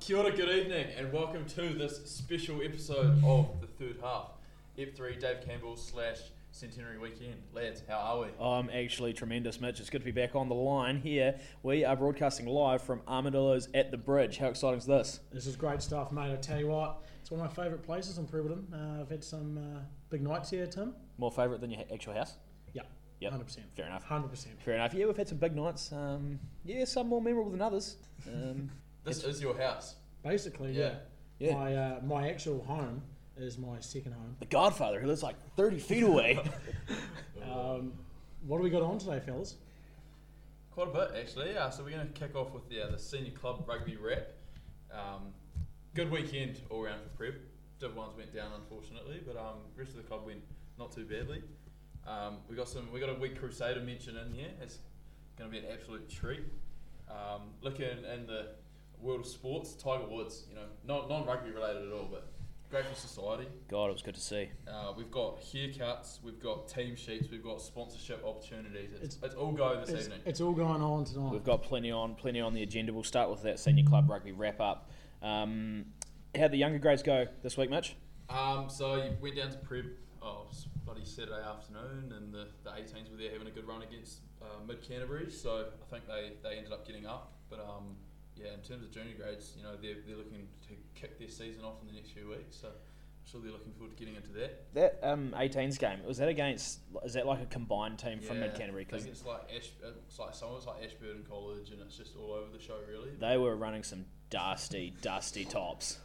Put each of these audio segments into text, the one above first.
Kia ora, good evening, and welcome to this special episode of the third half, Ep three, Dave Campbell slash Centenary Weekend. Lads, how are we? I'm actually tremendous, Mitch. It's good to be back on the line here. We are broadcasting live from Armadillo's at the Bridge. How exciting is this? This is great stuff, mate. I tell you what, it's one of my favourite places in Preberton. Uh, I've had some uh, big nights here, Tim. More favourite than your ha- actual house? Yeah, Yep. hundred percent. Fair enough. Hundred percent. Fair enough. Yeah, we've had some big nights. Um, yeah, some more memorable than others. Um, This is your house. Basically, yeah. Yeah. Yeah. My uh, my actual home is my second home. the Godfather, who lives like 30 feet away. Um, what do we got on today, fellas? Quite a bit, actually. Uh, so we're going to kick off with the, uh, the senior club rugby wrap. Um, good weekend all round for prep. Div ones went down unfortunately, but um, rest of the club went not too badly. Um, we got some. We got a week Crusader mention in here. It's going to be an absolute treat. Um, looking in the world of sports, Tiger Woods. You know, not non rugby related at all, but great for society. God, it was good to see. Uh, we've got haircuts, we've got team sheets, we've got sponsorship opportunities. It's, it's, It's- all go this It's, evening. it's all going on tonight. We've got plenty on, plenty on the agenda. We'll start with that senior club rugby wrap up. Um, how the younger grades go this week, Mitch? Um, so you went down to Preb oh, it was bloody Saturday afternoon, and the, the 18s were there having a good run against uh, Mid Canterbury. So I think they, they ended up getting up. But um, yeah, in terms of junior grades, you know they're, they're looking to kick their season off in the next few weeks. So I'm sure they're looking forward to getting into that. That um, 18s game was that against? Is that like a combined team from Yeah, Mid Canterbury? I think Because it's like Ash, it's like someone's like Ashburton College, and it's just all over the show really. they were running some dusty, dusty tops.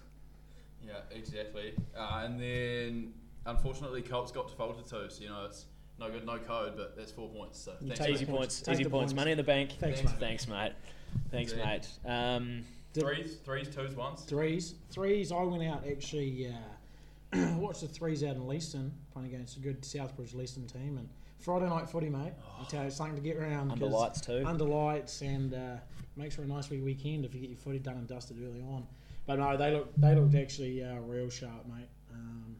Yeah, exactly. Uh, and then, unfortunately, Colts got defaulted too. So you know, it's no good, no code, but that's four points. So You thanks. take easy the points. points, Take easy the points. points. Money in the bank. Thanks, Thanks, mate. Thanks, mate. Thanks, Yeah. mate. Um, Did- Threes, threes, twos, ones. Threes, threes. I went out actually. Uh, watched the threes out in Leeston playing against a good Southbridge Leeston team, and Friday night footy, mate. Oh. I tell you, it's something to get around. under 'cause- lights too. under lights and uh, makes for a nice wee weekend if you get your footy done and dusted early on. But no, they look they looked actually uh, real sharp, mate. Um,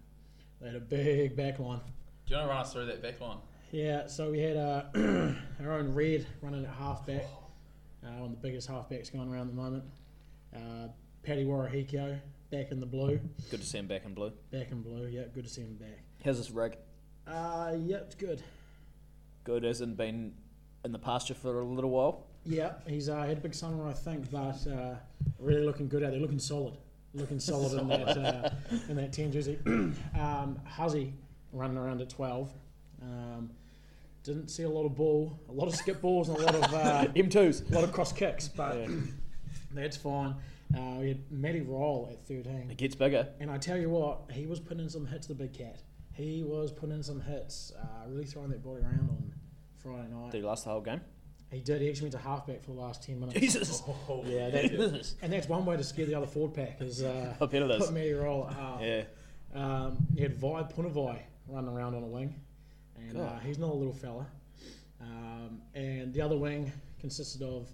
they had a big back line. Do you want to run us through that back line? Yeah, so we had uh, our own red running at halfback, uh, one of the biggest halfbacks going around at the moment. Uh, Paddy Warahiko back in the blue, Good to see him back in blue. back in blue. Yeah, good to see him back. How's this rig? Uh, yeah, it's good. Good hasn't been in the pasture for a little while. Yeah, he's uh, had a big summer, I think, but uh, really looking good out there, looking solid, looking solid in that uh, in that ten jersey. um, Huzzy running around at twelve. Um, didn't see a lot of ball, a lot of skip balls, and a lot of uh, M2s. a lot of cross kicks, but Yeah. that's fine. Uh, we had Matty Roll at thirteen, It gets bigger. and I tell you what, he was putting in some hits. The big cat, he was putting in some hits, uh, really throwing that body around on Friday night. Did he last the whole game? He did. He actually went to halfback for the last ten minutes. Jesus. Oh, Yeah, that is. And that's one way to scare the other forward pack is uh, Up into this. put Matty Roll at half. Yeah. Um, you had Vi Punavai running around on a wing, and uh, God. he's not a little fella. Um, and the other wing consisted of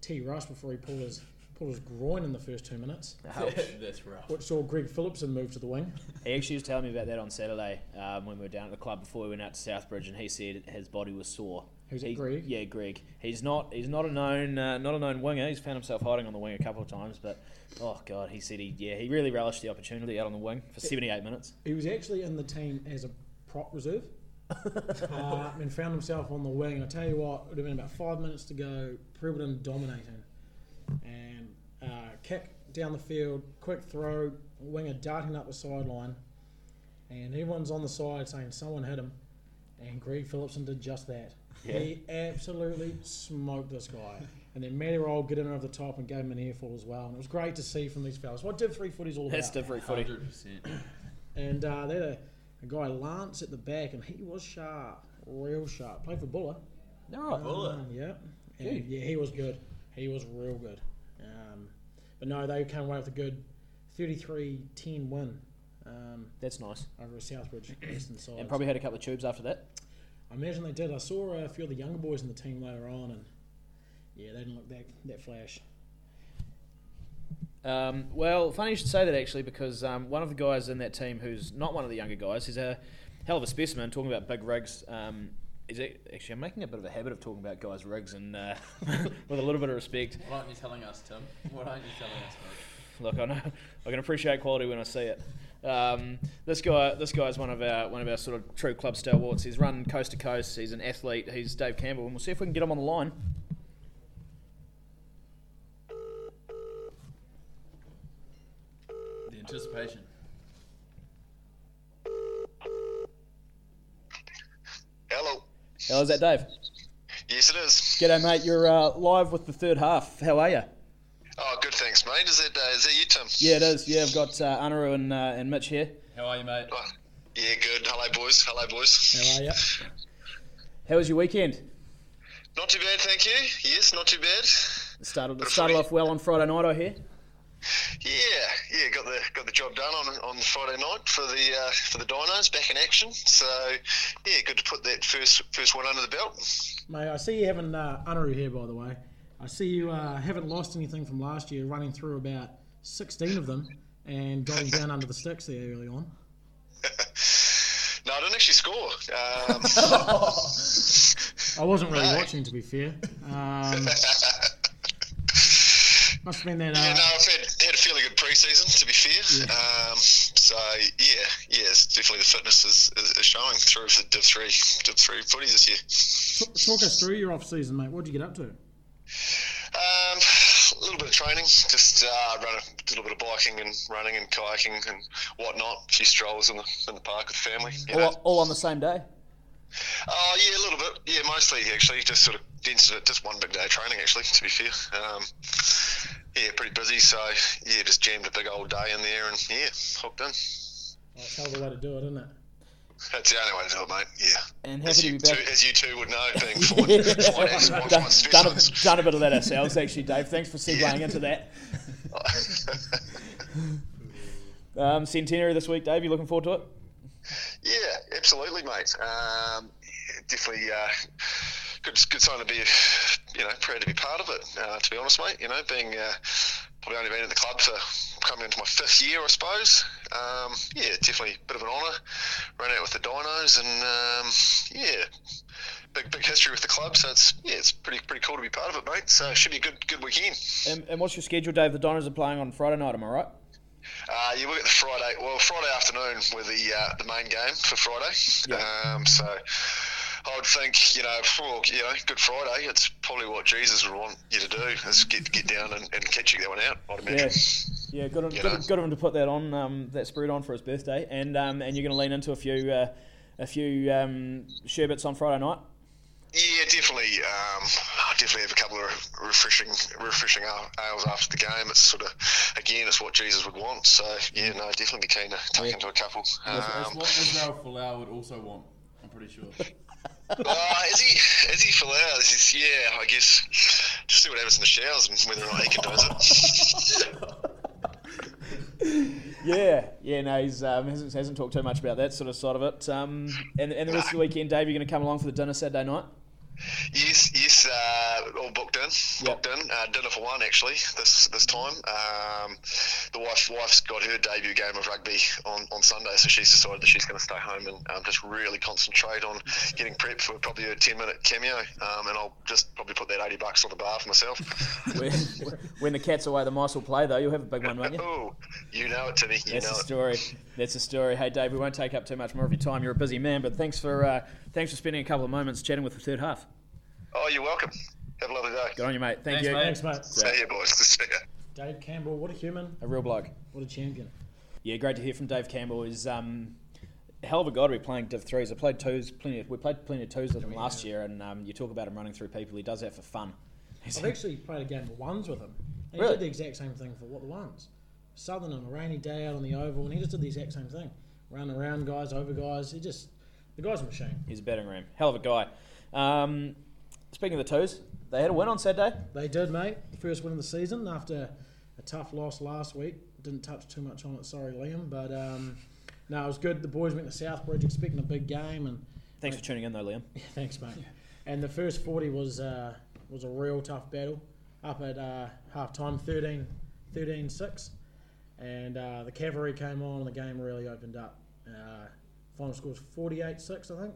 T. Rush before he pulled his pulled his groin in the first two minutes, Ouch. that's rough. which saw Greg Phillipson move to the wing. He actually was telling me about that on Saturday um, when we were down at the club before we went out to Southbridge, and he said his body was sore. Who's that, He- Greg? Yeah, Greg. He's not. He's not a known. Uh, not a known winger. He's found himself hiding on the wing a couple of times, but oh god, he said he. Yeah, he really relished the opportunity out on the wing for seventy-eight minutes. He was actually in the team as a prop reserve. uh, and found himself on the wing. And I tell you what, it would have been about five minutes to go. Preberton dominating, and uh, kick down the field, quick throw, winger darting up the sideline, and everyone's on the side saying someone hit him. And Greg Phillipson did just that. He absolutely smoked this guy. And then Matty Roll get in over the top and gave him an earful as well. And it was great to see from these fellas. What did three footies all about? That's different footy. Hundred percent. And uh, they had a, a guy, Lance, at the back, and he was sharp, real sharp. Played for Buller. Um, No. Buller. yeah. And, yeah, he was good. He was real good. Um, but no, they came away with a good 33 10 win um, That's nice. over at Southbridge Eastern side. And probably had a couple of tubes after that. I imagine they did. I saw a few of the younger boys in the team later on, and yeah, they didn't look that, that flash. Um, well, funny you should say that actually, because um, one of the guys in that team who's not one of the younger guys, he's a hell of a specimen. Talking about big rigs, um, is it, actually I'm making a bit of a habit of talking about guys' rigs and uh, with a little bit of respect. Why aren't you telling us, Tim? Why aren't you telling us, mate? Look, I know I can appreciate quality when I see it. Um, this guy, this guy is one of our one of our sort of true club stalwarts. He's run coast to coast. He's an athlete. He's Dave Campbell, and we'll see if we can get him on the line. The anticipation. Hello. How's that, Dave? Yes, it is. G'day, mate. You're uh, live with the third half. How are you? Oh, good. Thanks, mate. Is it? Uh, is it you, Tim? Yeah, it is. Yeah, I've got uh, Anaru and uh, and Mitch here. How are you, mate? Oh, yeah, good. Hello, boys. Hello, boys. How are you? How was your weekend? Not too bad, thank you. Yes, not too bad. Started started off well on Friday night, I hear. Yeah, yeah. Got the got the job done on on Friday night for the uh, for the Dinos back in action. So yeah, good to put that first first one under the belt. Mate, I see you haven't uh, Anaru here, by the way. I see you uh, haven't lost anything from last year, running through about 16 of them and diving down under the sticks there early on. No, I didn't actually score. Um, I wasn't really No. watching, to be fair. Um, must have been that. yeah, Uh, no, I've had, had a fairly good preseason, to be fair. Yeah. Um, so yeah, yeah, it's definitely the fitness is, is, is showing through for the Div three Div three footy this year. t- talk us through your off season, mate. What would you get up to? Um, a little bit of training, just uh, run a little bit of biking and running and kayaking and whatnot. A few strolls in the in the park with the family. You know. All, all on the same day. Oh yeah, a little bit. Yeah, mostly actually, just sort of densed it. Just one big day of training actually. To be fair, um, yeah, pretty busy. So yeah, just jammed a big old day in there and yeah, hopped in. That's hell of a Oh, way to do it, isn't it? That's the only way to do it, mate. Yeah. And As happy to you, be two, back. as you two would know, being Yeah. fine, finance, done, finance done a, specialists. done a bit of that ourselves, actually, Dave. Thanks for segueing Yeah. into that. Um, centenary this week, Dave. You looking forward to it? Yeah, absolutely, mate. Um, definitely uh, good, good sign to be, you know, proud to be part of it. Uh, to be honest, mate, you know, being uh, probably only been at the club for coming into my fifth year, I suppose. Um, yeah, definitely a bit of an honour. Ran out with the Dinos, and um, yeah, big big history with the club. So it's yeah, it's pretty pretty cool to be part of it, mate. So it should be a good good weekend. And, and what's your schedule, Dave? The Dinos are playing on Friday night. Am I right? Uh, yeah, we got the Friday. Well, Friday afternoon were the uh, the main game for Friday. Yeah. Um, so I would think you know, well, you know, Good Friday. It's probably what Jesus would want you to do is get get down and, and catch that one out. I'd imagine. Yeah. Yeah, good of, You good, of, know. good of him to put that on, um, that spirit on for his birthday, and um, and you're going to lean into a few, uh, a few um, sherbets on Friday night. Yeah, definitely. Um, I definitely have a couple of refreshing, refreshing al- ales after the game. It's sort of, again, it's what Jesus would want. So yeah, no, definitely be keen to tuck Yeah. into a couple. That's Um, what Israel Folau would also want. I'm pretty sure. Uh, is he is he for ours? Is, yeah, I guess. Just see what happens in the showers and whether or not he can do it. Yeah, yeah, no, he's um, hasn't, hasn't talked too much about that sort of side of it. Um, and, and the rest of the weekend, Dave, you're going to come along for the dinner Saturday night. yes, yes, uh, all booked in, Yep. booked in. Uh, dinner for one actually this this time. Um, the wife wife's got her debut game of rugby on, on Sunday, so she's decided that she's going to stay home and um, just really concentrate on getting prepped for probably a ten minute cameo. Um, and I'll just probably put that eighty bucks on the bar for myself. When, when the cat's away, the mice will play, though. You'll have a big one, won't you? oh, you know it, Timmy. You That's know the it. story. That's the story. Hey, Dave, we won't take up too much more of your time. You're a busy man, but thanks for uh, thanks for spending a couple of moments chatting with the third half. Oh, you're welcome. Have a lovely day. Good on you, mate. Thank Thanks, you. mate. Thanks, mate. Yeah. See you, boys. See ya. Dave Campbell, what a human. A real bloke. What a champion. Yeah, great to hear from Dave Campbell. Is um, a hell of a guy to be playing Div threes. I played twos. Plenty. Of, we played plenty of twos with him last year, and um, you talk about him running through people. He does that for fun. I've actually played a game of ones with him. And He Really? did the exact same thing for what the ones. Southern on a rainy day out on the oval, and he just did the exact same thing. Run around guys, over guys. He just, the guy's a machine. He's a betting ram. Hell of a guy. Um, speaking of the twos, they had a win on Saturday. They did, mate. First win of the season after a tough loss last week. Didn't touch too much on it, sorry, Liam. But um, no, it was good. The boys went to Southbridge expecting a big game, and Thanks for tuning in, though, Liam. Thanks, mate. And the first 40 was uh, was a real tough battle. Up at uh, half time, 13 13 6. And uh, the cavalry came on, and the game really opened up. Uh, final score was 48 6, I think.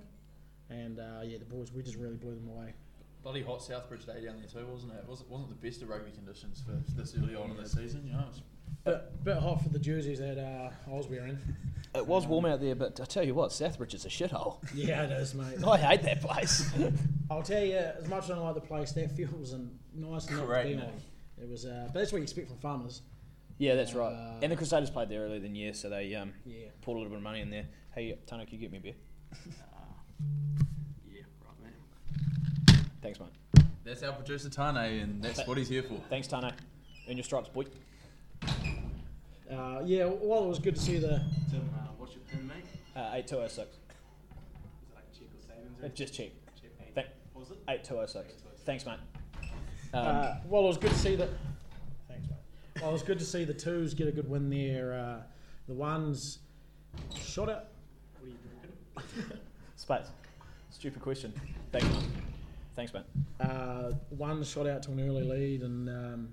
And uh, yeah, the boys, we just really blew them away. Bloody hot Southbridge day down there too, wasn't it? It wasn't, wasn't the best of rugby conditions for this early on in the season. You know, it was Bit, bit hot for the jerseys that uh, I was wearing. It was warm out there, but I tell you what, Southbridge is a shithole. Yeah, it is, mate. I hate that place. I'll tell you, as much as I like the place, that field was a nice enough to Great be night. on. It was, uh, but that's what you expect from farmers. yeah, that's right. Uh, and the Crusaders played there earlier than year, so they um, Yeah. poured a little bit of money in there. Hey, Tano, can you get me a beer? Yeah, right, man. Thanks, mate. That's our producer Tane, and that's what he's here for. Thanks, Tano. Earn your stripes, boy. Uh, yeah. While it was good to see the Tim, uh, what's your pin, mate? Is Uh, 8206. it like check or savings or Uh, Just check. check? eight? Thank- What was it? 8206. Thanks, mate. Um, Uh, well, it was good to see that. Thanks, mate. Well, it was good to see the twos get a good win there. Uh, the ones shot it. What are you drinking? Space. Stupid question. Thanks, mate. Thanks, mate. Uh, one shot out to an early lead, and um,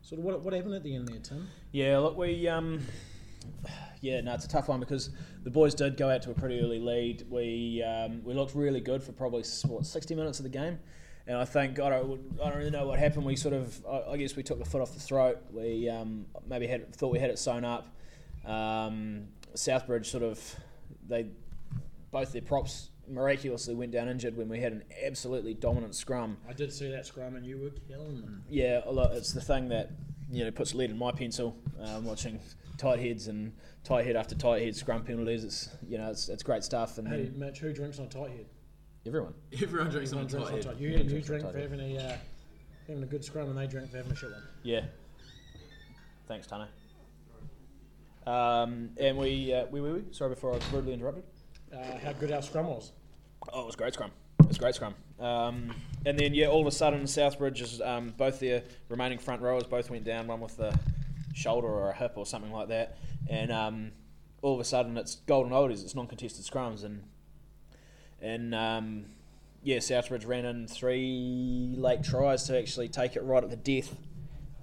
sort of what, what happened at the end there, Tim? Yeah, look, we. Um, yeah, no, it's a tough one because the boys did go out to a pretty early lead. We um, we looked really good for probably s- what sixty minutes of the game, and I think I don't I don't really know what happened. We sort of I, I guess we took the foot off the throat. We um, maybe had thought we had it sewn up. Um, Southbridge sort of they both their props miraculously went down injured when we had an absolutely dominant scrum. I did see that scrum, and you were killing them. Yeah, a lot- it's the thing that you know puts lead in my pencil. Um, watching tight heads and tight head after tight head scrum penalties. It's you know it's, it's great stuff and Hey, then Mitch, who drinks on tight head? everyone. Everyone drinks Everyone on tight drinks on head. tight. You, Everyone you drinks on drink tight for head. having a uh, having a good scrum, and they drink for having a shit one. Yeah. Thanks, Tano. Um, and we uh, we we we sorry before I was brutally interrupted. Uh, how good our scrum was. Oh, it was great scrum. It was great scrum. Um, and then yeah, all of a sudden Southbridge is um, both their remaining front rowers both went down, one with a shoulder or a hip or something like that. And um, all of a sudden it's golden oldies, it's non-contested scrums, and and um, yeah, Southbridge ran in three late tries to actually take it right at the death.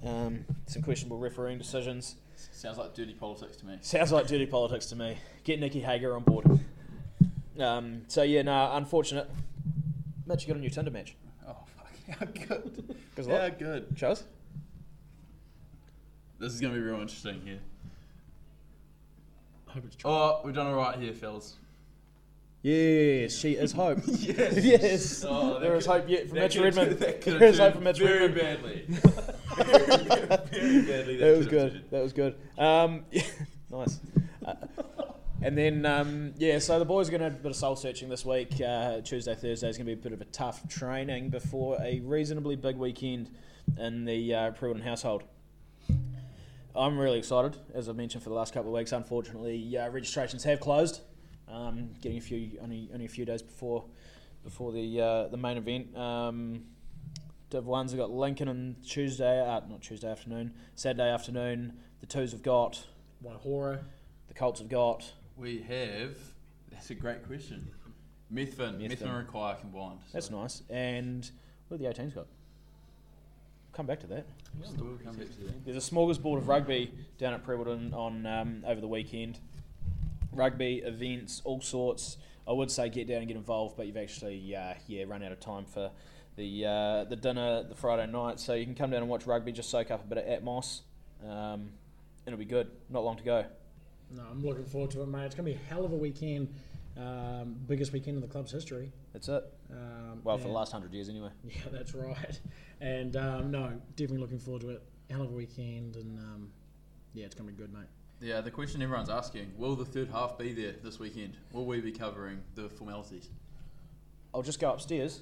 Um, some questionable refereeing decisions. Sounds like dirty politics to me. Sounds like dirty politics to me. Get Nikki Hager on board. Um, so yeah, no, unfortunate. Mitch, you got a new Tinder match. Oh fuck! How good? Because How what? good? Shows? This is gonna be real interesting here. I hope it's true. Oh, we've done all right here, fellas. Yes, she is hope. Yes. yes. Oh, that there is could- hope yet for that Mitch could- Redmond. that could There is have hope for turned Mitch very Redmond. badly. very, very badly. That was could have good. turned. That was good. Um, nice. Uh, and then, um, yeah, so the boys are going to have a bit of soul searching this week. Uh, Tuesday, Thursday is going to be a bit of a tough training before a reasonably big weekend in the uh, Pruden household. I'm really excited, as I've mentioned for the last couple of weeks. Unfortunately, uh, registrations have closed. Um, getting a few only, only a few days before before the uh, the main event. Um, Div ones have got Lincoln on Tuesday, uh, not Tuesday afternoon, Saturday afternoon. The twos have got, One horror. the Colts have got. We have. That's a great question. Methvin, Methven. Methvin, and Require combined. So That's nice. And what have the 18s got? Come back to that. we'll come back to that. There's a smorgasbord of rugby down at Prewilton on um, over the weekend. Rugby events, all sorts. I would say get down and get involved, but you've actually uh, yeah run out of time for the uh, the dinner the Friday night. So you can come down and watch rugby, just soak up a bit of atmos. Um, it'll be good. Not long to go. No, I'm looking forward to it, mate. It's going to be a hell of a weekend. Um, biggest weekend in the club's history. That's it. Um, Well, for the and- last hundred years anyway. Yeah, that's right. And um, no, definitely looking forward to it. Hell of a weekend, and um, yeah, it's going to be good, mate. Yeah, the question everyone's asking: Will the third half be there this weekend? Will we be covering the formalities? I'll just go upstairs.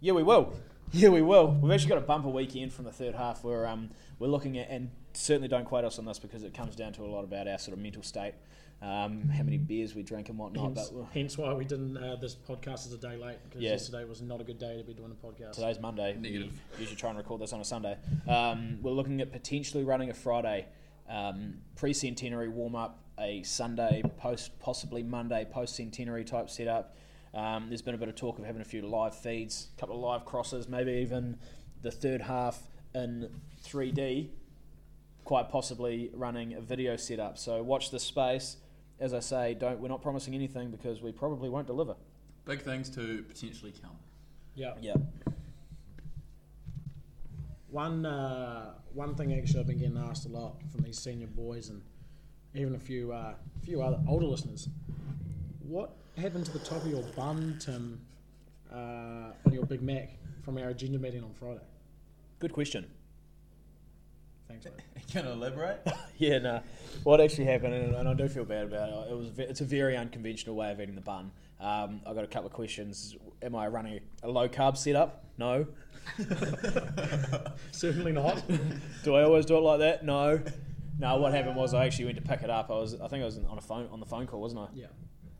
Yeah, we will. Yeah, we will. We've actually got a bumper weekend from the third half where um, we're looking at, and certainly don't quote us on this because it comes down to a lot about our sort of mental state, um, how many beers we drink and whatnot. Hence, But well, hence why we didn't. Uh, this podcast is a day late because Yeah. yesterday was not a good day to be doing a podcast. today's Monday. Negative. We usually try and record this on a Sunday. Um, we're looking at potentially running a Friday um, pre centenary warm up, a Sunday post, possibly Monday post centenary type setup. Um, there's been a bit of talk of having a few live feeds, a couple of live crosses, maybe even the third half in 3D, quite possibly running a video setup. So watch this space. As I say, don't we're not promising anything because we probably won't deliver. Big things to potentially come. Yeah. Yeah. One uh, one thing actually I've been getting asked a lot from these senior boys and even a few uh, few other older listeners. What happened to the top of your bum, Tim, uh, on your Big Mac from our agenda meeting on Friday? Good question. Thanks, mate. Can I elaborate? Yeah, no. What actually happened, and, and I do feel bad about it. It was ve- it's a very unconventional way of eating the bun. Um, I got a couple of questions. Am I running a low carb setup? No. Certainly not. Do I always do it like that? No. No. What happened was I actually went to pick it up. I was I think I was on a phone on the phone call, wasn't I? yeah.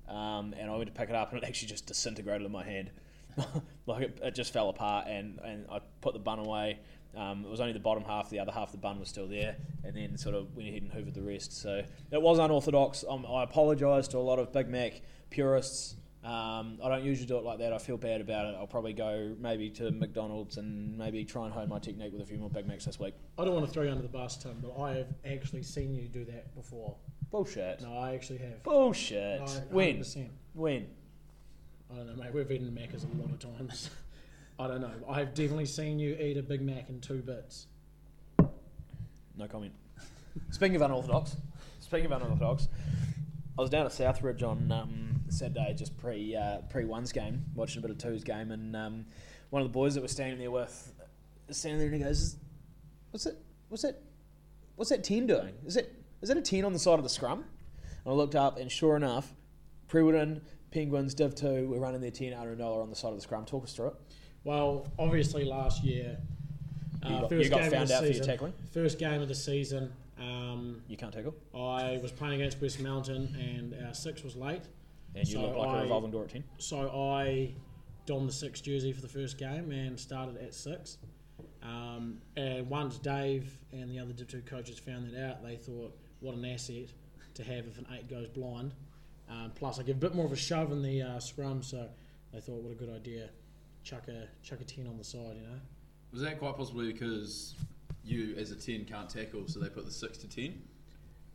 um, and I went to pick it up, and it actually just disintegrated in my hand. like it, it just fell apart, and, and I put the bun away. Um, it was only the bottom half; the other half of the bun was still there, and then sort of went ahead and hoovered the rest. So it was unorthodox. Um, I apologise to a lot of Big Mac purists. Um, I don't usually do it like that. I feel bad about it. I'll probably go maybe to McDonald's and maybe try and hone my technique with a few more Big Macs this week. I don't want to throw you under the bus, Tim, but I have actually seen you do that before. Bullshit. No, I actually have. Bullshit. No, When? 100%. When? I don't know, mate. We've eaten Macca's a lot of times. I don't know. I've definitely seen you eat a Big Mac in two bits. No comment. speaking of unorthodox, speaking of unorthodox, I was down at Southridge on um, Saturday, just pre uh, pre ones game, watching a bit of twos game, and um, one of the boys that was standing there with, is standing there and he goes, "What's it? What's it? What's that ten doing? Is it? Is that a ten on the side of the scrum?" And I looked up, and sure enough, Prewoodin Penguins Div Two were running their ten under a dollar on the side of the scrum. Talk us through it. Well, obviously last year, uh, You got- first you got game found of the out for your season, tackling? First game of the season, um, You can't tackle, I was playing against West Mountain, and our six was late. and you So look like a I- revolving door at ten. So I donned the six jersey for the first game and started at six. Um, and once Dave and the other Div 2 coaches found that out, they thought, what an asset to have if an eight goes blind. Um, plus, I give a bit more of a shove in the uh, scrum, so they thought, what a good idea. Chuck a, chuck a 10 on the side, you know? Was that quite possibly because you, as a 10, can't tackle, so they put the 6 to 10?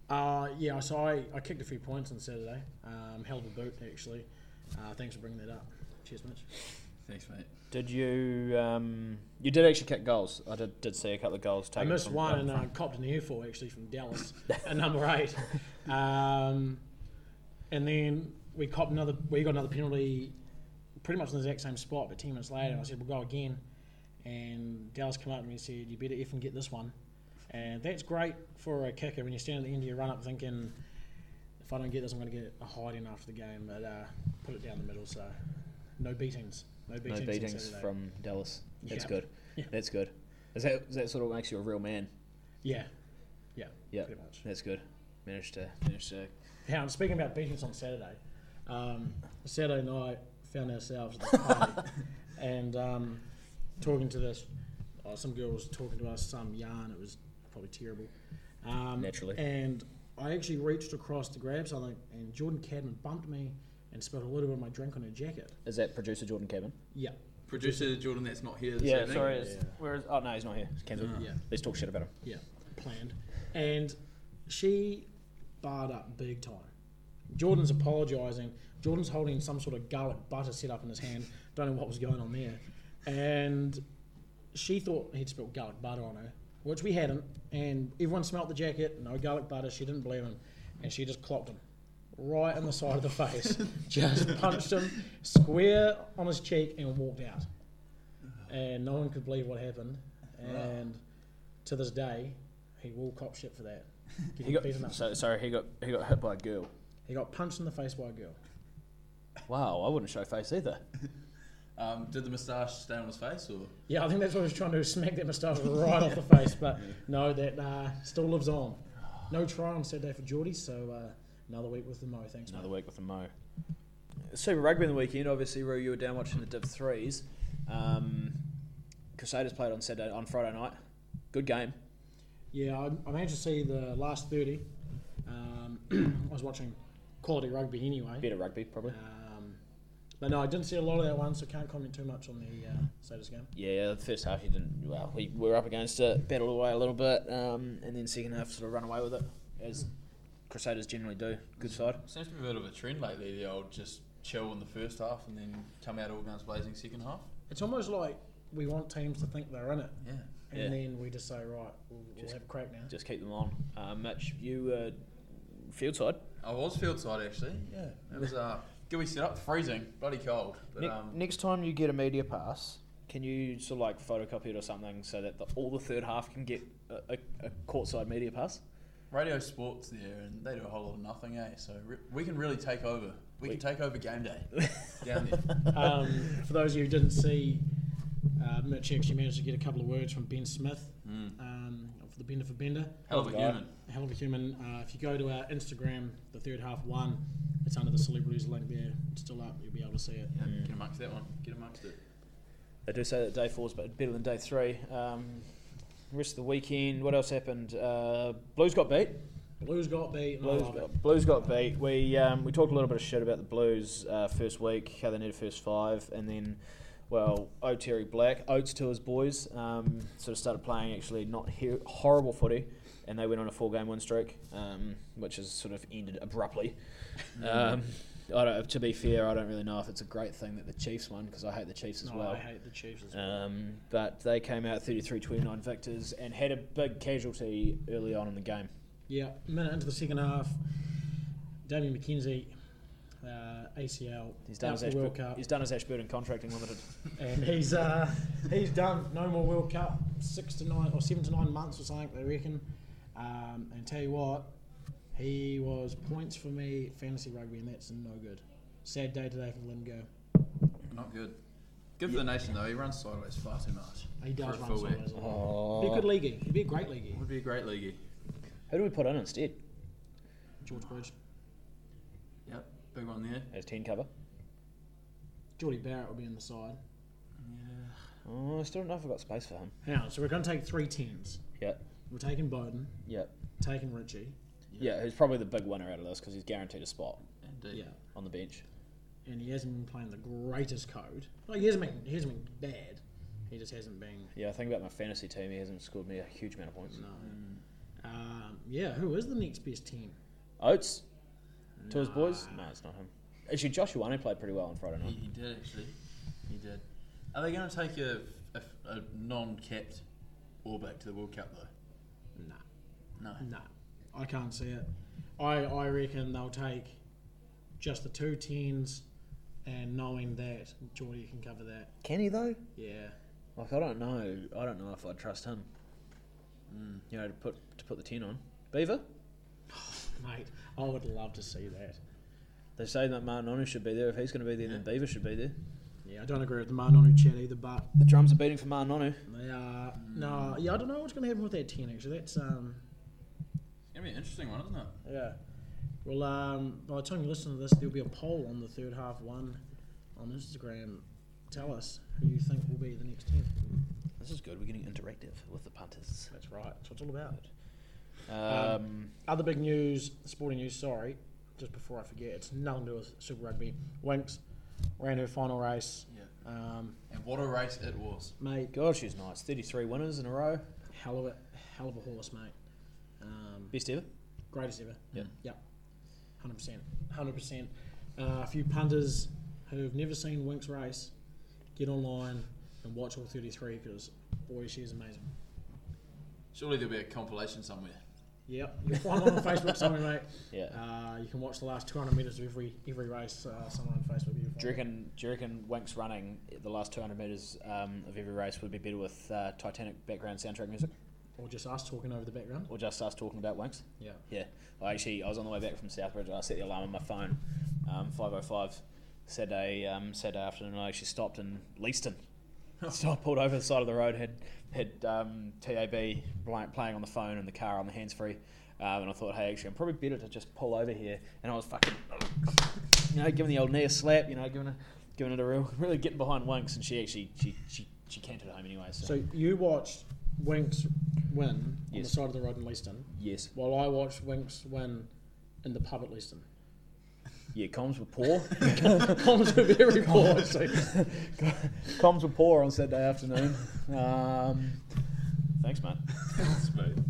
Uh, yeah, so I, I kicked a few points on Saturday. Um, hell of a boot, actually. Uh, thanks for bringing that up. Cheers, Mitch. Thanks, mate. Did you? Um, you did actually kick goals. I did, did see a couple of goals I taken. missed from- um, one and from- uh, copped an earful actually from Dallas at number eight. Um, and then we copped another. We got another penalty, pretty much in the exact same spot, but ten minutes later. And I said, "We'll go again." And Dallas came up to me and said, "You better effing get this one." And that's great for a kicker when you stand at the end of your run up thinking, "If I don't get this, I'm going to get a hide in after the game." But uh, put it down the middle, so no beatings. No beatings. no on beatings Saturday. from Dallas. That's Yeah. good. Yeah. That's good. Is that is that sort of makes you a real man? Yeah, yeah, Yeah, pretty much. that's good. Managed to managed to. Yeah, and speaking about beatings on Saturday, um, Saturday night found ourselves at the party and um, talking to this. Oh, some girl was talking to us some yarn. It was probably terrible. Um, Naturally. And I actually reached across to grab something, and Jordan Cadman bumped me and spilled a little bit of my drink on her jacket. Is that producer Jordan Cabin? Yeah, Producer Jordan, that's not here this evening. it's- Where is? Oh no, he's not here. It's cancelled. Yeah. Let's talk shit about him. yeah, planned. And she barred up big time. Jordan's apologising. Jordan's holding some sort of garlic butter set up in his hand. Don't know what was going on there. And she thought he'd spilled garlic butter on her, which we hadn't. And everyone smelt the jacket, no garlic butter. She didn't believe him. And she just clocked him right in the side of the face. just punched him square on his cheek and walked out. And no one could believe what happened. And to this day, he will cop shit for that. He Getting beaten got up. so sorry. He got he got hit by a girl. He got punched in the face by a girl. Wow, I wouldn't show face either. Um, did the moustache stay on his face, or...? Yeah, I think that's what he was trying to do, smack that moustache right off the face. But no, that uh, still lives on. No trial on Saturday for Geordie, so uh, another week with the Mo. Thanks, Another mate. week with a mo. Super Rugby in the weekend, obviously, Roo, you were down watching the Div threes. Um, Crusaders played on Saturday on Friday night. Good game. Yeah, I, I managed to see the last 30. Um, I was watching quality rugby anyway. Better rugby, probably. Um, but no, I didn't see a lot of that one, so can't comment too much on the uh, Saturdays game. Yeah, the first half you didn't. Well, we were up against it, battled away a little bit, um, and then second half sort of run away with it, as Crusaders generally do. Good side. Seems to be a bit of a trend lately, the old just chill in the first half and then come out all guns blazing second half. It's almost like we want teams to think they're in it, Yeah. and Yeah. then we just say, right, we'll, we'll Just- have a crack now. Just keep them on. Uh, Mitch, you uh, field side. I was field side actually. Yeah. It was uh, gooey setup, freezing, bloody cold. But Ne- um, next time you get a media pass, can you sort of like photocopy it or something so that the, all the third half can get a, a, a courtside media pass? Radio Sports there, and they do a whole lot of nothing, eh? So re- we can really take over. We can We- take over game day down there. Uh, um, for those of you who didn't see, uh, Mitch actually managed to get a couple of words from Ben Smith Mm. um, for the Bender for Bender. Hell of a Guy. human. A hell of a human. Uh, if you go to our Instagram, the third half one, it's under the celebrities link there. It's still up. You'll be able to see it. Yeah, Get amongst that one. Get amongst it. They do say that day four's but better than day three. Um, rest of the weekend, what else happened? Uh, Blues got beat. Blues got oh, beat. And Blues I love it. got, Blues got beat. We um, we talked a little bit of shit about the Blues uh, first week, how they need a first five, and then, well, O'Terry Black, Oates to his boys, um, sort of started playing actually not he- horrible footy, and they went on a four game win streak, um, which has sort of ended abruptly. Mm. Um, I don't, to be fair, I don't really know if it's a great thing that the Chiefs won because I hate the Chiefs as No, well. I hate the Chiefs as well. Um, but they came out 33 29 victors and had a big casualty early on in the game. Yeah, a minute into the second half, Damien McKenzie, uh, ACL, He's done, out his for the World Ashburton, Cup, he's done his Ashburton contracting limited. and he's uh, he's done. No more World Cup. Six to nine or seven to nine months or something they reckon. Um, and tell you what, he was points for me fantasy rugby, and that's no good. Sad day today for Lingo. Not good. Good for the nation though. He runs sideways far too much. He does For a run fullback. sideways. a lot. Be a good leaguey. He'd be a great leaguey. Would be a great leaguey. Oh. Who do we put in instead George Bridge, Yep. Big one there. as 10 cover? Geordie Barrett will be in the side. Oh, I still don't know if I've got space for him. Hang on, so we're going to take three tens. Yep, We're taking Bowden, yep. taking Richie. Yeah, who's probably the big winner out of this because he's guaranteed a spot Indeed. Yeah. on the bench. and he hasn't been playing the greatest code. Like he hasn't been, he hasn't been bad. He just hasn't been. Yeah, I think about my fantasy team, he hasn't scored me a huge amount of points. No. Um, yeah, who is the next best team? Oates? To his boys? No, it's not him. Actually, Joshua Wane played pretty well on Friday He, night. he did actually. He did. Are they going to take a, a, a non-capped all back to the World Cup though? Nah, No. nah, I can't see it. I I reckon they'll take just the two tens, and knowing that Geordie can cover that. Can he, though? Yeah, Like I don't know, I don't know if I'd trust him. Mm, You know, to put to put the ten on Beaver. mate, I would love to see that. They say that Martin Onu should be there. If he's going to be there, then Beaver should be there. Yeah, I don't agree with the Marnonu chat either, but The drums are beating for Martin Onu. they are. No, yeah, I don't know what's going to happen with that ten. Actually, that's um. It's going to be an interesting one, isn't it? Yeah. Well, um, by the time you listen to this, there'll be a poll on the third half one on Instagram. Tell us who you think will be the next team. This is good. We're getting interactive with the punters. That's right. That's what it's all about. Um, Other big news, sporting news, sorry, just before I forget, it's nothing to do with Super Rugby. Winks ran her final race. Yeah. Um, And what a race it was. mate, God, she's nice. Thirty-three winners in a row. hell of a, hell of a horse, mate. Um, Best ever. greatest ever. Yeah. Yep. 100%. 100%. Uh, a few punters who've never seen Winks race get online and watch all 33 because, boy, she is amazing. Surely there'll be a compilation somewhere. Yep. You'll find one on Facebook somewhere, Yeah. mate. Uh, you can watch the last 200 metres of every every race uh, somewhere on Facebook. you can find do you reckon? Do you reckon Wank's running the last two hundred meters um, of every race would be better with uh, Titanic background soundtrack music, it. Or just us talking over the background. or just us talking about Wanks? Yeah. Yeah, I actually I was on the way back from Southbridge and I set the alarm on my phone, um, five oh five, Saturday um, Saturday afternoon. I actually stopped in Leeston, so I pulled over the side of the road, had had um, TAB bl- playing on the phone and the car on the hands free, um, and I thought, hey, actually, I'm probably better to just pull over here. And I was fucking, you know, giving the old knee a slap, you know, giving it giving it a real, really getting behind Winks, and she actually she she she cantered home anyway. So, So you watched Winks win on the Yes. side of the road in Leeston yes, while I watched Winks win in the pub at Leeston. yeah, comms were poor. Comms were very poor. so- Comms were poor on Saturday afternoon. Um, Thanks, mate. Smooth.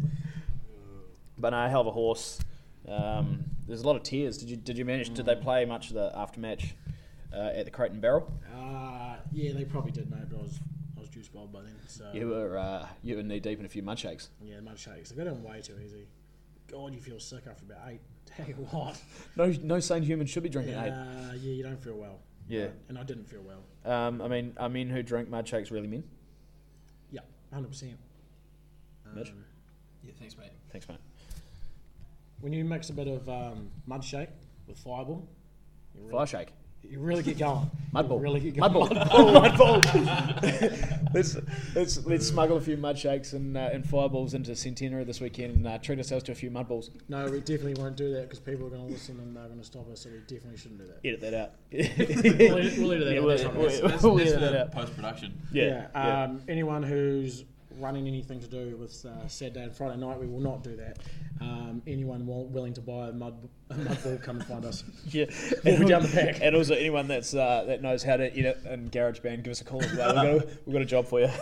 But no, hell of a horse. Um, there's a lot of tears. Did you did you manage? Did they play much of the after match uh, at the Crate and Barrel? Uh, yeah, they probably did know, but I was, I was juice bob by then. So You were uh, you were knee deep in a few mud shakes. yeah, mud shakes. I got in way too easy. God, you feel sick after about eight. Tell you what. No, no sane human should be drinking eight. Uh, yeah, you don't feel well. Yeah. And I didn't feel well. Um, I mean, I mean, who drink mud shakes really mean? Yeah, hundred percent. Um, Mitch? Yeah, thanks, mate. Thanks, mate. When you mix a bit of um, mud shake with fireball, you really, Fire shake. you really get going. Mud ball. You really get mud going. ball. mud ball. let's, let's let's smuggle a few mud shakes and uh, and fireballs into Centenary this weekend and uh, treat ourselves to a few mud balls. No, we definitely won't do that because people are going to listen and they're going to stop us. So we definitely shouldn't do that. Edit that out. We'll edit- we'll edit that Yeah, out, we'll- that's not we'll- bad. That's, we'll that's edit that out. post production. Yeah. yeah. Um, Anyone who's running anything to do with uh, Saturday and Friday night, we will not do that. Um, anyone wa- willing to buy a mud, a mud ball, come and find us. Yeah, We'll be down the back. And also, anyone that's uh, that knows how to edit in GarageBand, give us a call as well. We've got a, we've got a job for you.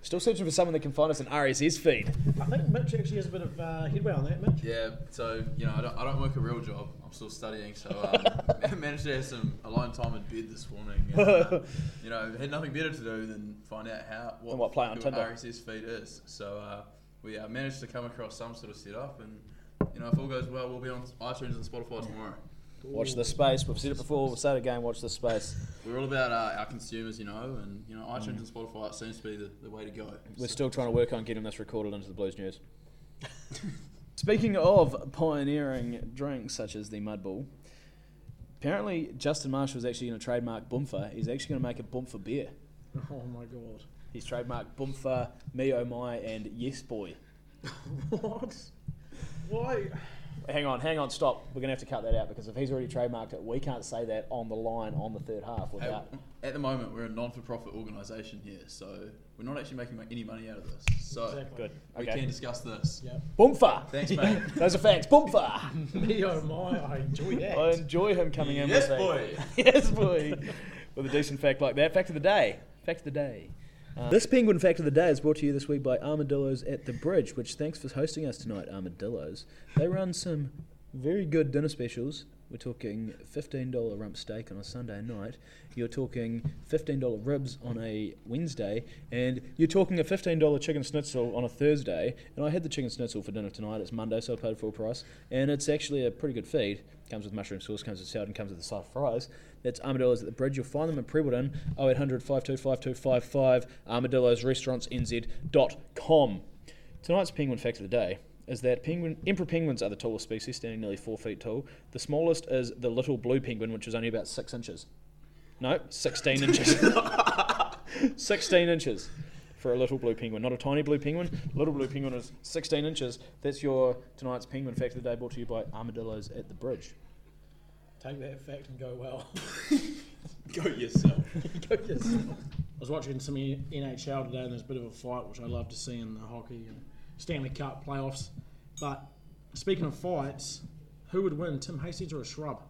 Still searching for someone that can find us an RSS feed. I think Mitch actually has a bit of uh, headway on that, Mitch. Yeah, so you know, I don't, I don't work a real job. I'm still studying, so um, ma- managed to have some alone time in bed this morning. And, uh, you know, had nothing better to do than find out how what, And what play on who Tinder. an RSS feed is. So uh, we uh, managed to come across some sort of setup, and you know, if all goes well, we'll be on iTunes and Spotify tomorrow. Watch this space. We've said it before. We'll say it again. Watch this space. We're all about uh, our consumers, you know, and you know, iTunes and Spotify seems to be the, the way to go. Mm. We're So- still trying to work on getting this recorded into the Blues News. Speaking of pioneering drinks such as the Mud Ball, apparently Justin Marshall's actually going to trademark Bumfer. He's actually going to make a Bumfer beer. Oh my god. He's trademarked Bumfer, Me Oh My, and Yes Boy. What? Why? Hang on, hang on, stop. We're going to have to cut that out because if he's already trademarked it, we can't say that on the line on the third half Hey, without. at the moment, we're a non-for-profit organisation here, so we're not actually making any money out of this. So Exactly. Good. we Okay. can discuss this. Yep. Bumfer! Thanks, mate. Those are facts. Bumfer! Me oh my, I enjoy that. I enjoy him coming in yes, with a- boy. yes, boy. With a decent fact like that. Fact of the day. Fact of the day. Uh, this penguin fact of the day is brought to you this week by Armadillos at the Bridge, which thanks for hosting us tonight, Armadillos. They run some very good dinner specials. We're talking $15 rump steak on a Sunday night. You're talking $15 ribs on a Wednesday. And you're talking a $15 chicken schnitzel on a Thursday. And I had the chicken schnitzel for dinner tonight. It's Monday, so I paid full price. And it's actually a pretty good feed. Comes with mushroom sauce, comes with salad, and comes with a side of fries. That's Armadillos at oh the Bridge. You'll find them in Prebbleton, 0800 525255, armadillosrestaurantsnz.com. Tonight's penguin fact of the day is that penguin emperor penguins are the tallest species, standing nearly four feet tall. The smallest is the little blue penguin, which is only about six inches. No, 16 inches. 16 inches for a little blue penguin. Not a tiny blue penguin. Little blue penguin is 16 inches. That's your tonight's penguin fact of the day brought to you by Armadillos at the Bridge. Take that fact and go well. Go yourself. I was watching some NHL today, and there's a bit of a fight, which I love to see in the hockey and Stanley Cup playoffs. But speaking of fights, who would win, Tim Hastings or a shrub?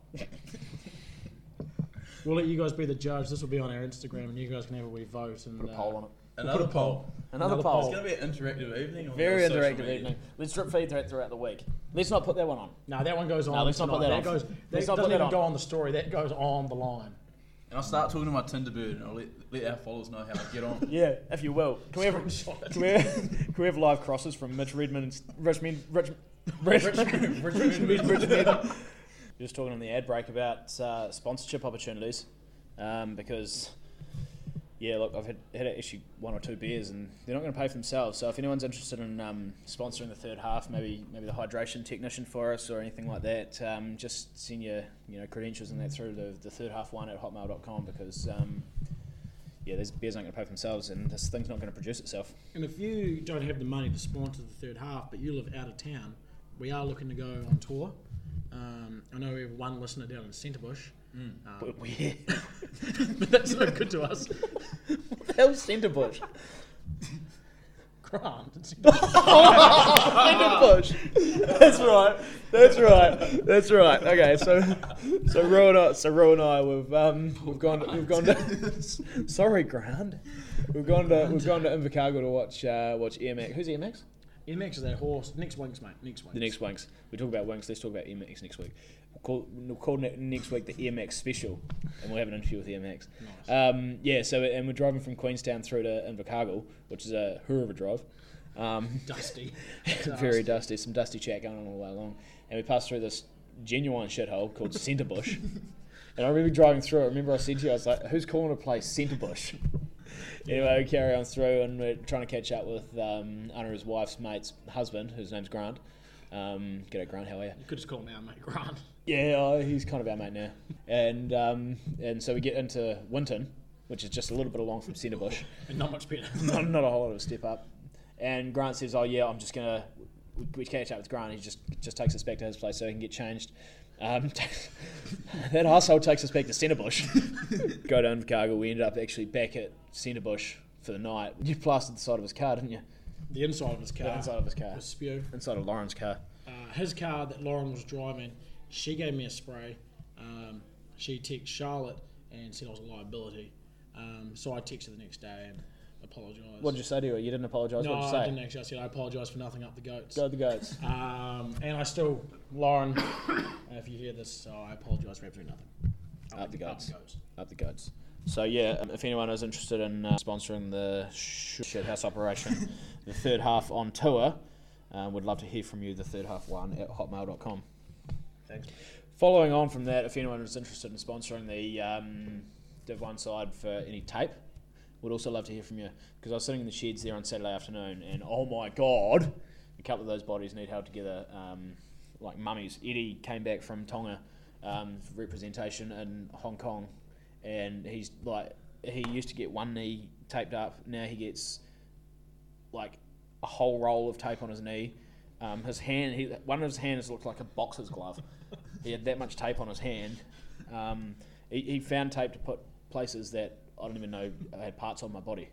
we'll let you guys be the judge. This will be on our Instagram, and you guys can have a wee vote and uh, Put a poll on it. Another poll. Uh, Another, another poll. It's going to be an interactive evening. on Very your social interactive media. evening. Let's drip feed that throughout the week. Let's not put that one on. No, that one goes on. let's not put tonight. that on. goes. That Let's not put doesn't that even on. go on the story. That goes on the line. And I'll start talking to my Tinder bird and I'll let, let our followers know how to get on. Yeah, if you will. Can we have, can we have, can we have live crosses from Mitch Redmond's Richmond? Rich, Rich, Richmond, Richmond. Richmond. Just talking on the ad break about uh, sponsorship opportunities, um, because yeah, look, I've had, had actually one or two beers, and they're not going to pay for themselves. So if anyone's interested in um, sponsoring the third half, maybe maybe the hydration technician for us or anything like that, um, just send your you know credentials and that through the, the third half one at hotmail.com because. Um, yeah, these beers aren't going to pay for themselves, and this thing's not going to produce itself. And if you don't have the money to sponsor the third half, but you live out of town, we are looking to go on tour. Um, I know we have one listener down in Centrebush. Hmm. Um, Where? but that's not good to us. Hell's Centerbush. Grant. Centerbush. That's right. That's right. That's right. Okay, so so Ro and I, so Ro and I, we've um, we've gone to, we've gone to. sorry, Grant. We've gone to we've gone to Invercargill to watch uh, watch EMX. Who's EMX? MX is that horse. Next Winks, mate. Next Winks. The E next Winks. We talk about Winks. Let's talk about EMX next week. We'll call, we'll call ne- next week the EMX special, and we'll have an interview with EMX. Nice. Um, yeah, so and we're driving from Queenstown through to Invercargill, which is a hoo of a drive. Um, Dusty. very dusty, some dusty chat going on all the way along. And we passed through this genuine shithole called Centrebush. and I remember driving through it. I remember I said to you, I was like, who's calling a place Centrebush? anyway, we carry on through and we're trying to catch up with um, Anna's wife's mate's husband, whose name's Grant. Um, g'day, Grant, how are you? You could just call him out, mate, Grant. Yeah, uh, he's kind of our mate now. And um, and so we get into Winton, which is just a little bit along from Centrebush. And not much better. not, not a whole lot of a step up. And Grant says, "Oh yeah, I'm just gonna." We, we catch up with Grant. He just just takes us back to his place so he can get changed. Um, that asshole takes us back to Centrebush. Go down to Invercargill. We ended up actually back at Centrebush for the night. You plastered the side of his car, didn't you? The inside of his car. The inside of his car. was spew. Inside of Lauren's car. uh, his car that Lauren was driving, she gave me a spray. Um, she texted Charlotte and said I was a liability. Um, so I texted the next day and apologised. What did you say to her? You didn't apologise. No, what did you I say? didn't actually. I said I apologise for nothing up the goats. Go the goats. Um, and I still, Lauren, if you hear this, I apologise for absolutely nothing. Up the goats. up the guts. So yeah, um, if anyone is interested in uh, sponsoring the sh- shit house operation, the third half on tour, uh, would love to hear from you. The third half one at hotmail.com. Thanks. Following on from that, if anyone is interested in sponsoring the um, Div One side for any tape, would also love to hear from you because I was sitting in the sheds there on Saturday afternoon, and oh my god, a couple of those bodies need held together um, like mummies. Eddie came back from Tonga um, for representation in Hong Kong, and he's like he used to get one knee taped up, now he gets like a whole roll of tape on his knee. Um, his hand, he, one of his hands looked like a boxer's glove. he had that much tape on his hand. Um, he, he found tape to put places that I don't even know I had parts on my body.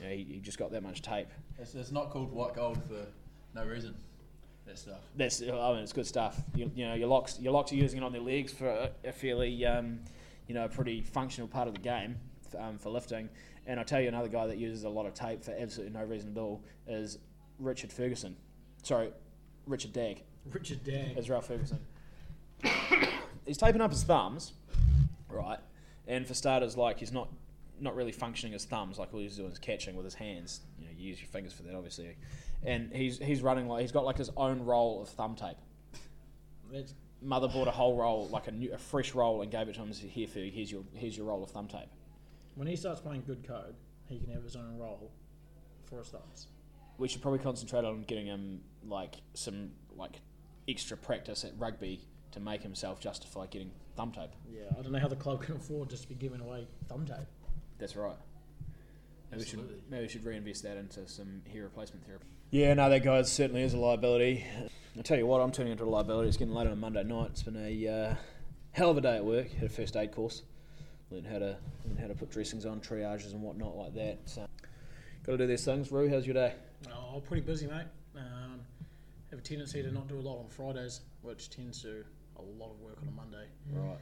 You know, he, he just got that much tape. It's, it's not called white gold for no reason. That stuff. That's I mean, it's good stuff. You, you know, your locks, your locks are using it on their legs for a, a fairly, um, you know, pretty functional part of the game um, for lifting. And I tell you, another guy that uses a lot of tape for absolutely no reason at all is Richard Ferguson. Sorry, Richard Dagg. Richard Dagg. It's Ralph Ferguson. he's taping up his thumbs, right? And for starters, like he's not not really functioning his thumbs. Like all he's doing is catching with his hands. You know, you use your fingers for that, obviously. And he's he's running like he's got like his own roll of thumb tape. That's, Mother bought a whole roll, like a, new, a fresh roll, and gave it to him. and said, "Here, Ferg, here's your here's your roll of thumb tape." when he starts playing good code, he can have his own role for his thumbs. we should probably concentrate on getting him like some like extra practice at rugby to make himself justify getting thumb tape. Yeah, I don't know how the club can afford just to be giving away thumb tape. That's right. Maybe we, should, Absolutely. maybe we should reinvest that into some hair replacement therapy. Yeah, no, that guy certainly is a liability. I tell you what, I'm turning into a liability. It's getting late on a Monday night. It's been a uh, hell of a day at work. Had a first aid course. Learned how to learned how to put dressings on, triages and whatnot like that. So, got to do these things. Roo, how's your day? Oh, pretty busy, mate. Um, have a tendency to not do a lot on Fridays, which tends to a lot of work on a Monday. Right.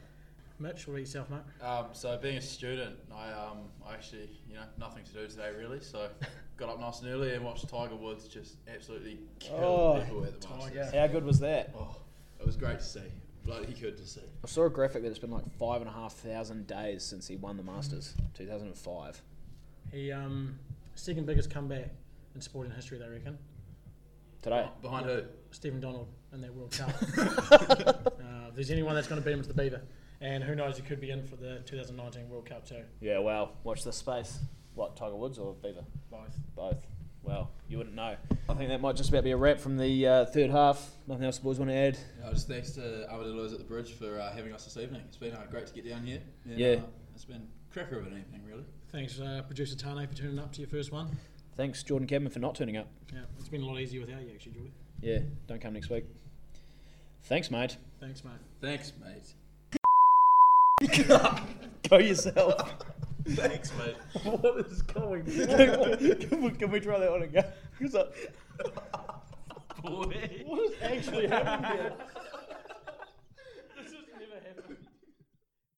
Mitch, what about yourself, mate? Um, so being a student, I, um, I actually, you know, nothing to do today really. So got up nice and early and watched Tiger Woods just absolutely kill Oh, people at the Masters. Tiger. How good was that? Oh, it was great to see. Bloody good to see. I saw a graphic that it's been like five and a half thousand days since he won the Masters, 2005. He um, second biggest comeback in sporting history, they reckon. Today. Behind who? Stephen Donald in that World Cup. uh, if there's anyone that's going to beat him, it's the Beaver. And who knows, he could be in for the 2019 World Cup too. Yeah, well, watch this space. What, Tiger Woods or Beaver? Both. Both. Well, you wouldn't know. I think that might just about be a wrap from the uh, third half. Nothing else the boys want to add? Uh, just thanks to Amadalois at the Bridge for uh, having us this evening. It's been uh, great to get down here. And, Yeah. Uh, it's been cracker of an evening, really. Thanks, uh, producer Tane, for turning up to your first one. Thanks, Jordan Cabman, for not turning up. Yeah, it's been a lot easier without you, actually, Jordan. Yeah, don't come next week. Thanks, mate. Thanks, mate. Thanks, mate. Go yourself. Thanks, mate. what is going can, we, can we try that one again? 'Cause I- Boy. what is actually happening here?